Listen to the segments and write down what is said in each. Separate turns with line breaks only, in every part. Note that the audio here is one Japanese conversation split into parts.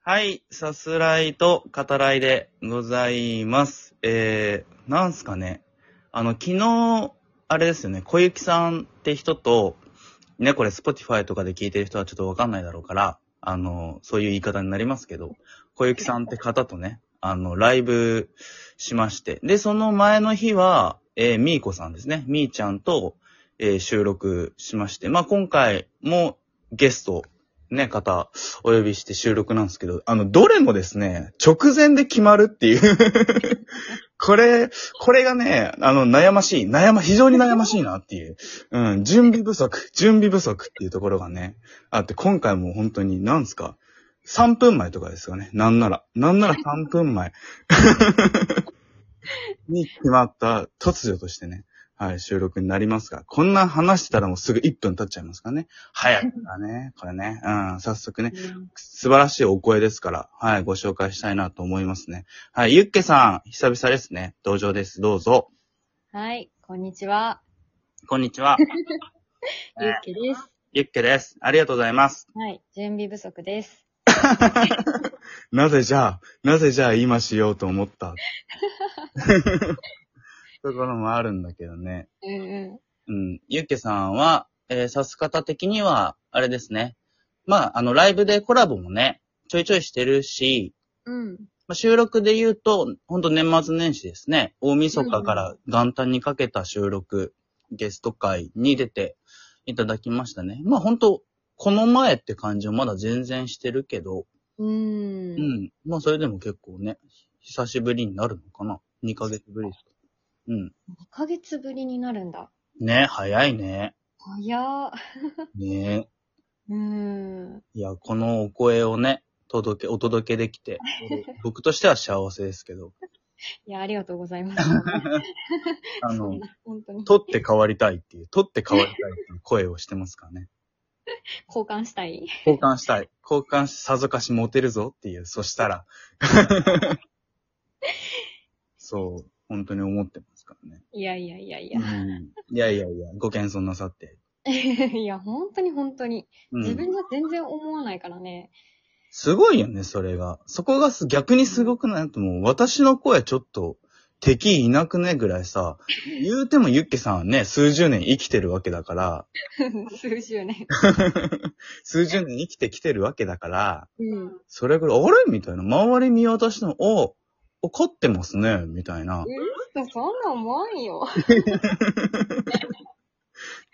はい、さすらいと語らいでございます。えー、なんすかね。あの、昨日、あれですよね、小雪さんって人と、ね、これ Spotify とかで聞いてる人はちょっとわかんないだろうから、あの、そういう言い方になりますけど、小雪さんって方とね、あの、ライブしまして。で、その前の日は、えー、みーこさんですね。みーちゃんと、えー収録しまして。まあ、今回もゲスト、ね、方、お呼びして収録なんですけど、あの、どれもですね、直前で決まるっていう。 これ、これがね、あの、悩ましい、悩ま、非常に悩ましいなっていう。うん、準備不足、準備不足っていうところがね、あって、今回も本当に、なんすか、3分前とかですよね。なんなら。なんなら3分前。 に決まった、突如としてね、はい、収録になりますが、こんな話してたらもうすぐ1分経っちゃいますからね。早いからね、これね。うん、早速ね、素晴らしいお声ですから、はい、ご紹介したいなと思いますね。はい、ユッケさん、久々ですね。登場です。どうぞ。
はい、こんにちは。
こんにちは。
ゆうきです。
ユッケです。ありがとうございます。
はい、準備不足です。
なぜじゃあ、なぜじゃあ今しようと思ったところもあるんだけどね。
うんう
うん。ユッケさんは、えー、指す方的には、あれですね。まあ、あの、ライブでコラボもね、ちょいちょいしてるし、
ん。うん。
まあ、収録で言うと、ほんと年末年始ですね。大晦日から元旦にかけた収録、ゲスト会に出ていただきましたね。まあほんと、この前って感じはまだ全然してるけど、
う。
うんん。まあそれでも結構ね、久しぶりになるのかな。2ヶ月ぶりですか。うん。
2ヶ月ぶりになるんだ。
ね、早いね。
早ー。
ね
うん。
いや、このお声をね、届け、お届けできて、僕としては幸せですけど、
いや、ありがとうございます。
あの、
本当に。
取って変わりたいっていう、取って変わりたいっていう声をしてますから ね。
交換したい
交換したい。交換し、さぞかしモテるぞっていう、そした ら。そう、本当に思ってますからね。
いやいやいやいや。
うん、いやいやいや、ご謙遜なさって。
いや、本当に本当に。
う
自分
ん、
じゃ全然思わないからね。
すごいよね、それが。そこがす逆にすごくないともう、私の声ちょっと、敵いなくねぐらいさ、言うてもユッケさんはね、数十年生きてるわけだから、
数十年。
数十年生きてきてるわけだから、
うん。
それぐらい、あれみたいな。周り見渡しても、あ、あ勝ってますね、みたいな。
そんな思わんよ。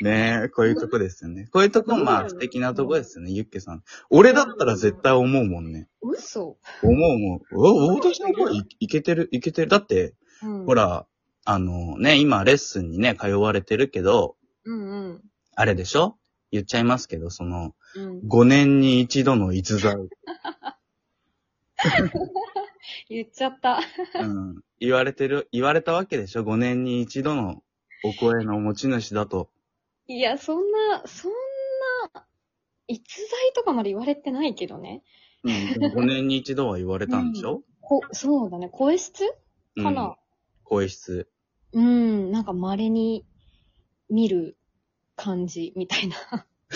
ねえ、こういうとこですよね。こういうとこ、まあ
うん
素敵なとこですよね、ユッケさん。俺だったら絶対思うもんね。
嘘。
思う思う。お、私の声いいけてる、いけてる。だって、
うん。
ほ。ら、あのね、今レッスンにね、通われてるけど、
うんうん。
あれでしょ言っちゃいますけど、その、
うん。
5年に一度の逸 材。
言っちゃった。
うん。言われてる、言われたわけでしょ ?5 年に一度のお声の持ち主だと。
いや、そんな、そんな、逸材とかまで言われてないけどね。
うん、でも5年に一度は言われたんでしょ、
こそうだね。声質
うん、
かな、
声質。
うん、なんか稀に見る感じみたいな。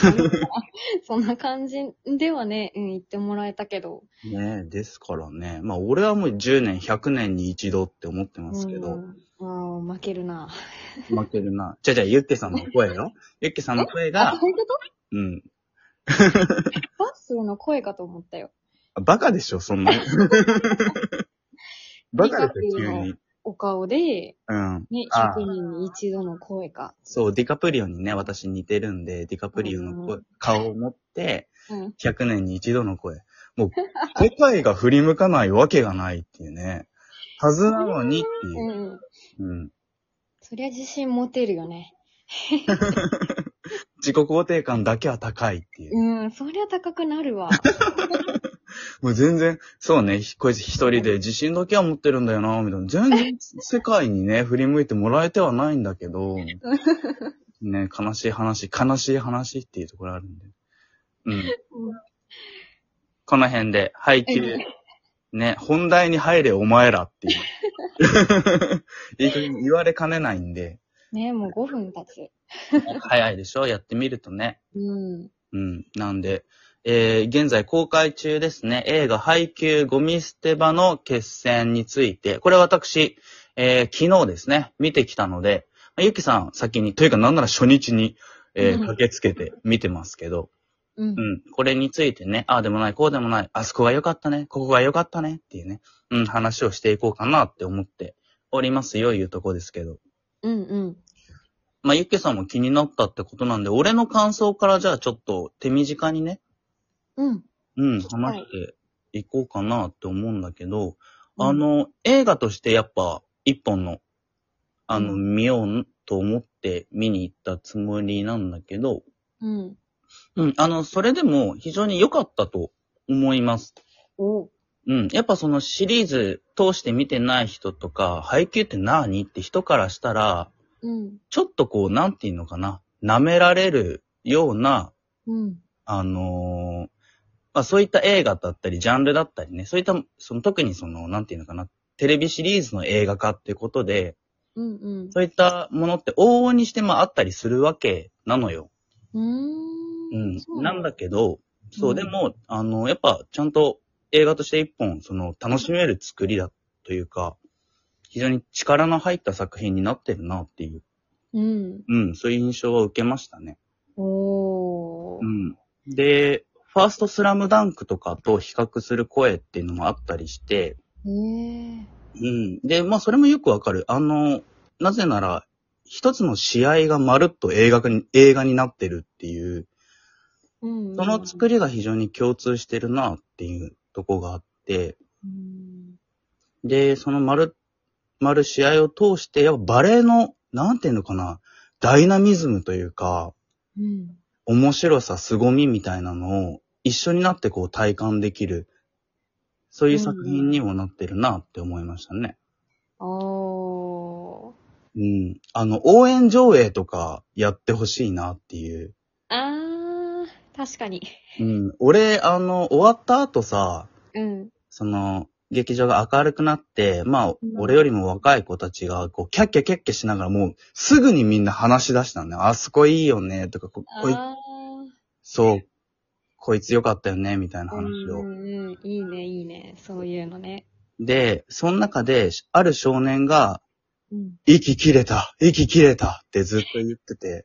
そんな感じではね、うん、言ってもらえたけど。
ねえ、ですからね。まあ、俺はもう10年、100年に一度って思ってますけど、
うん、ああ、負けるな。
負けるな。じゃあじゃあ、ユッケさんの声 よ。ユッケさんの声
あ、
が、
本当だ
うん。
バッスーの声かと思ったよ。
あバカでしょ、そん な。バカでしょ、急
ディカプリオ
に。
お顔で、
うん。
ね、
あ
100人に一度の声か。
そう、ディカプリオにね、私似てるんで、ディカプリオの声顔を持って、
うん。
100年に一度の声。もう、世界が振り向かないわけがないっていうね。はずなのにっていう
う。ん。
うん。
そりゃ自信持てるよね。
自己肯定感だけは高いっていう。
うん、そりゃ高くなるわ。
もう全然、そうね、ひこいつ一人で自信だけは持ってるんだよな、みたいな。全然世界に ね、振り向いてもらえてはないんだけ ど、ね、悲しい話、悲しい話っていうところあるんで。うん。この辺で、配給。ね、本題に入れお前らっていう。 いい加減言われかねないんで、
ね、もう5分経つ。
早いでしょやってみるとね。
うん。
うん。なんで、えー現在公開中ですね、映画配給ゴミ捨て場の決戦について、これ私、えー昨日ですね、見てきたので、まあゆきさん先に、というかなんなら初日に、えー
うん
駆けつけて見てますけど、
うん
う。ん、これについてね、ああでもない、こうでもない、あそこが良かったね、ここが良かったねっていうね、うん、話をしていこうかなって思っておりますよ、いうとこですけど。
うんうん。
まあ、ゆっけさんも気になったってことなんで、俺の感想からじゃあちょっと手短にね、
うん。
うん、話していこうかなって思うんだけど、あ、の、映画としてやっぱ一本の、あの、
う
見ようと思って見に行ったつもりなんだけど、
うん。
うん、あの、それでも非常に良かったと思います。
お
うん。やっぱそのシリーズ通して見てない人とか、配給って何って人からしたら、
うん。
ちょっとこう、なんていうのかな、舐められるような、
うん。
あのーまあそういった映画だったり、ジャンルだったりね、そういった、その特にその、なんていうのかな、テレビシリーズの映画化っていうことで、
うんうん。
そういったものって往々にしてまああったりするわけなのよ。
う
う
ーん。
ん
そ。う
なんだけど、そうう、
ん
でも、あの、やっぱ、ちゃんと映画として一本、その、楽しめる作りだというか、非常に力の入った作品になってるなっていう、
うん。
うん、そういう印象は受けましたね。
おー
う。ん。で、ファーストスラムダンクとかと比較する声っていうのもあったりして、
へえ。
うん。で、まあ、それもよくわかる。あの、なぜなら、一つの試合がまるっと映画に、映画になってるっていう、
うんうん。
その作りが非常に共通してるなっていうとこがあって、
うん。
で、その丸、丸試合を通して、やっぱバレーの、なんていうのかな、ダイナミズムというか、
うん。
面白さ、凄みみたいなのを一緒になってこう体感できる、そういう作品にもなってるなって思いましたね。
おー。
うん。あの、応援上映とかやってほしいなっていう。
あー、確かに。
うん。俺、あの、終わった後さ、
うん。
その、劇場が明るくなって、まあ
ん、
俺よりも若い子たちが、こう、キャッキャキャッキャしながら、もう、すぐにみんな話し出したんだよ。あそこいいよね、とか、ここい、
あー。
そう、こいつよかったよね、みたいな
うん
話
う
を。
んうん。いいね、いいね。そういうのね。
で、その中で、ある少年が、
うん。
息切れた、息切れたってずっと言ってて、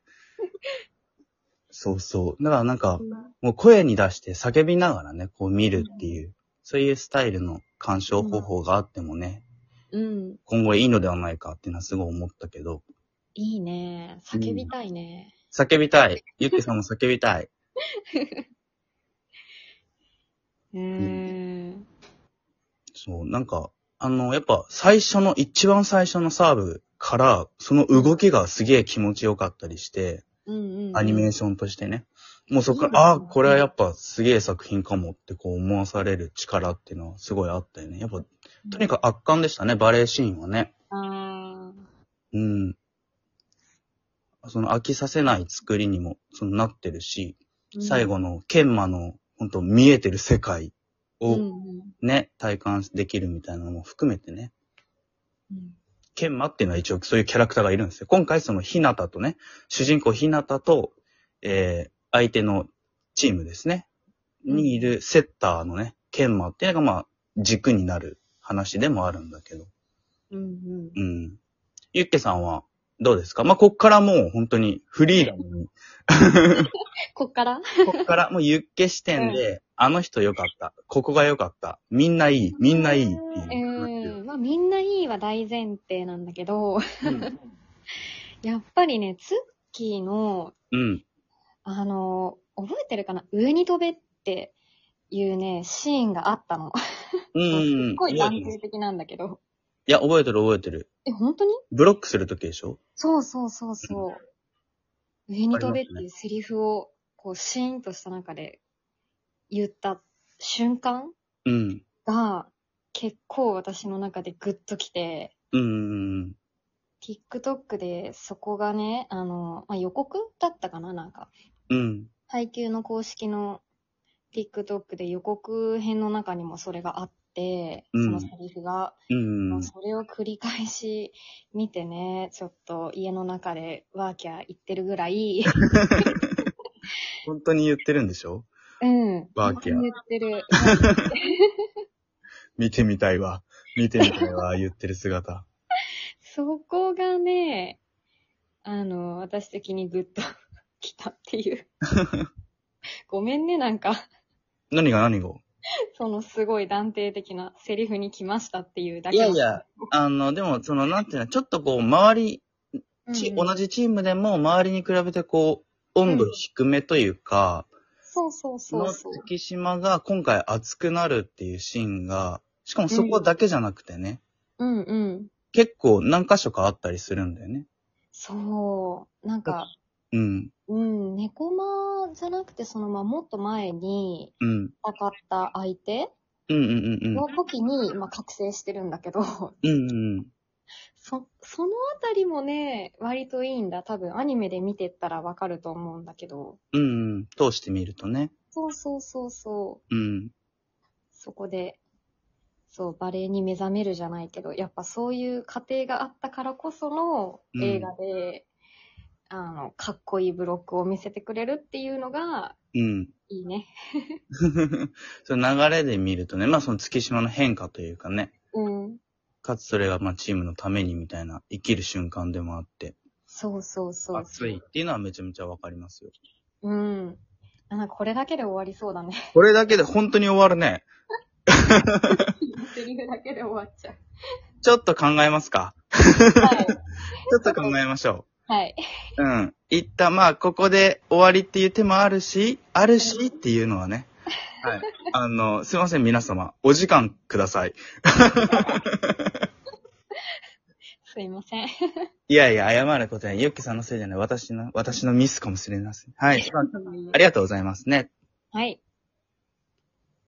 そうそう。だからなんか、もう声に出して叫びながらね、こう見るっていう、そういうスタイルの鑑賞方法があってもね、
うん。
今後いいのではないかっていうのはすごい思ったけど、
いいね。叫びたいね。
叫びたい。ゆっきさんも叫びたい。
うーん。
そう、なんか、あの、やっぱ最初の、一番最初のサーブから、その動きがすげえ気持ちよかったりして、
うんうんうん。
アニメーションとしてね。もうそこか
うん
ら、ああー、これはやっぱすげえ作品かもってこう思わされる力っていうのはすごいあったよね。やっぱ、とにかく圧巻でしたね、バレーシーンはね。
あー
うん。その飽きさせない作りにも、そのなってるし、
うん
最後の研磨の、本当見えてる世界
うん
をね、体感できるみたいなのも含めてね、
うんうん
研磨っていうのは一応そういうキャラクターがいるんですよ。今回そのひなたとね、主人公ひなたと、えー、相手のチームですね、にいるセッターのね、研磨っていうのがまあ、軸になる話でもあるんだけど、
うんうん。
うん。ゆっけさんはどうですかまあ、こっからもう本当にフリーダム に
こっから
ここからもうユッケ視点で、あの人良かった、ここが良かった、みんないい、みんないいっていう
うん。まあみんないいは大前提なんだけど、
話を。
やっぱりね、ツッキーの、
うん。
あの、覚えてるかな上に飛べっていうね、シーンがあったの。
うん。うん
すっごい断定的なんだけど。
いや、覚えてる覚えてる。
え、本当に
ブロックするときでしょ
そうそうそうそう。上に飛べっていうセリフを、こう、シーンとした中で言った瞬間
うん。
が、結構私の中でグッときて、
うんうん。
TikTok でそこがね、あの、まあ、予告だったかななんか、
うん。うん。
配給の公式の TikTok で予告編の中にもそれがあって、
うん
そのセリフが、
うんうん。
それを繰り返し見てね、ちょっと家の中 でワーキャー言ってるぐらい、
本当に言ってるんでしょ
うん。
バーキャ
言っ てる。
見てみたいわ。見てみたいわ、言ってる姿。
そこがね、あの、私的にグッと 来たっ ていう。ごめんね、なんか、
何が何が
そのすごい断定的なセリフに来ましたっていうだ
い
け。
やいや、あの、でも、その、なんていうの、ちょっとこう、周り、
うん、
ち同じチームでも、周りに比べてこう、温度低めというか、
そうそうそ
の
うそう。
月島が今回熱くなるっていうシーンが、しかもそこだけじゃなくてね、
うんうん。
結構何箇所かあったりするんだよね。
そう。なんか、
うん、
うん、猫間じゃなくて、そのまあ、もっと前に、
うん、
分かった相手
うん、うん、うん、うん、
の時に、まあ、覚醒してるんだけど、
うん、うん。
そ、そのあたりもね、割といいんだ。多分、アニメで見てったらわかると思うんだけど。
うん、うん、通してみるとね。
そうそうそうそう。
うん、
そこで、そう、バレエに目覚めるじゃないけど、やっぱそういう過程があったからこその
うん
映画で、あの、かっこいいブロックを見せてくれるっていうのが、
うん。
いいね。
その流れで見るとね、まあその月島の変化というかね、
うん。
かつそれがまあチームのためにみたいな、生きる瞬間でもあって、
そうそうそう。
熱いっていうのはめちゃめちゃわかりますよ。
うん。あなんかこれだけで終わりそう だね。
これだけで本当に終わるね。
セリフだけで終わっちゃう。
ちょっと考えますか。
はい。
ちょっと考えましょう。
はい。
うん。一旦まあ、ここで終わりっていう手もあるし、あるしっていうのはね。はい。あの、すいません皆様、お時間ください。
すいません。
いやいや、謝ることや、ゆっきさんのせいじゃない、私の、私のミスかもしれません。はい。まあありがとうございますね。
はい。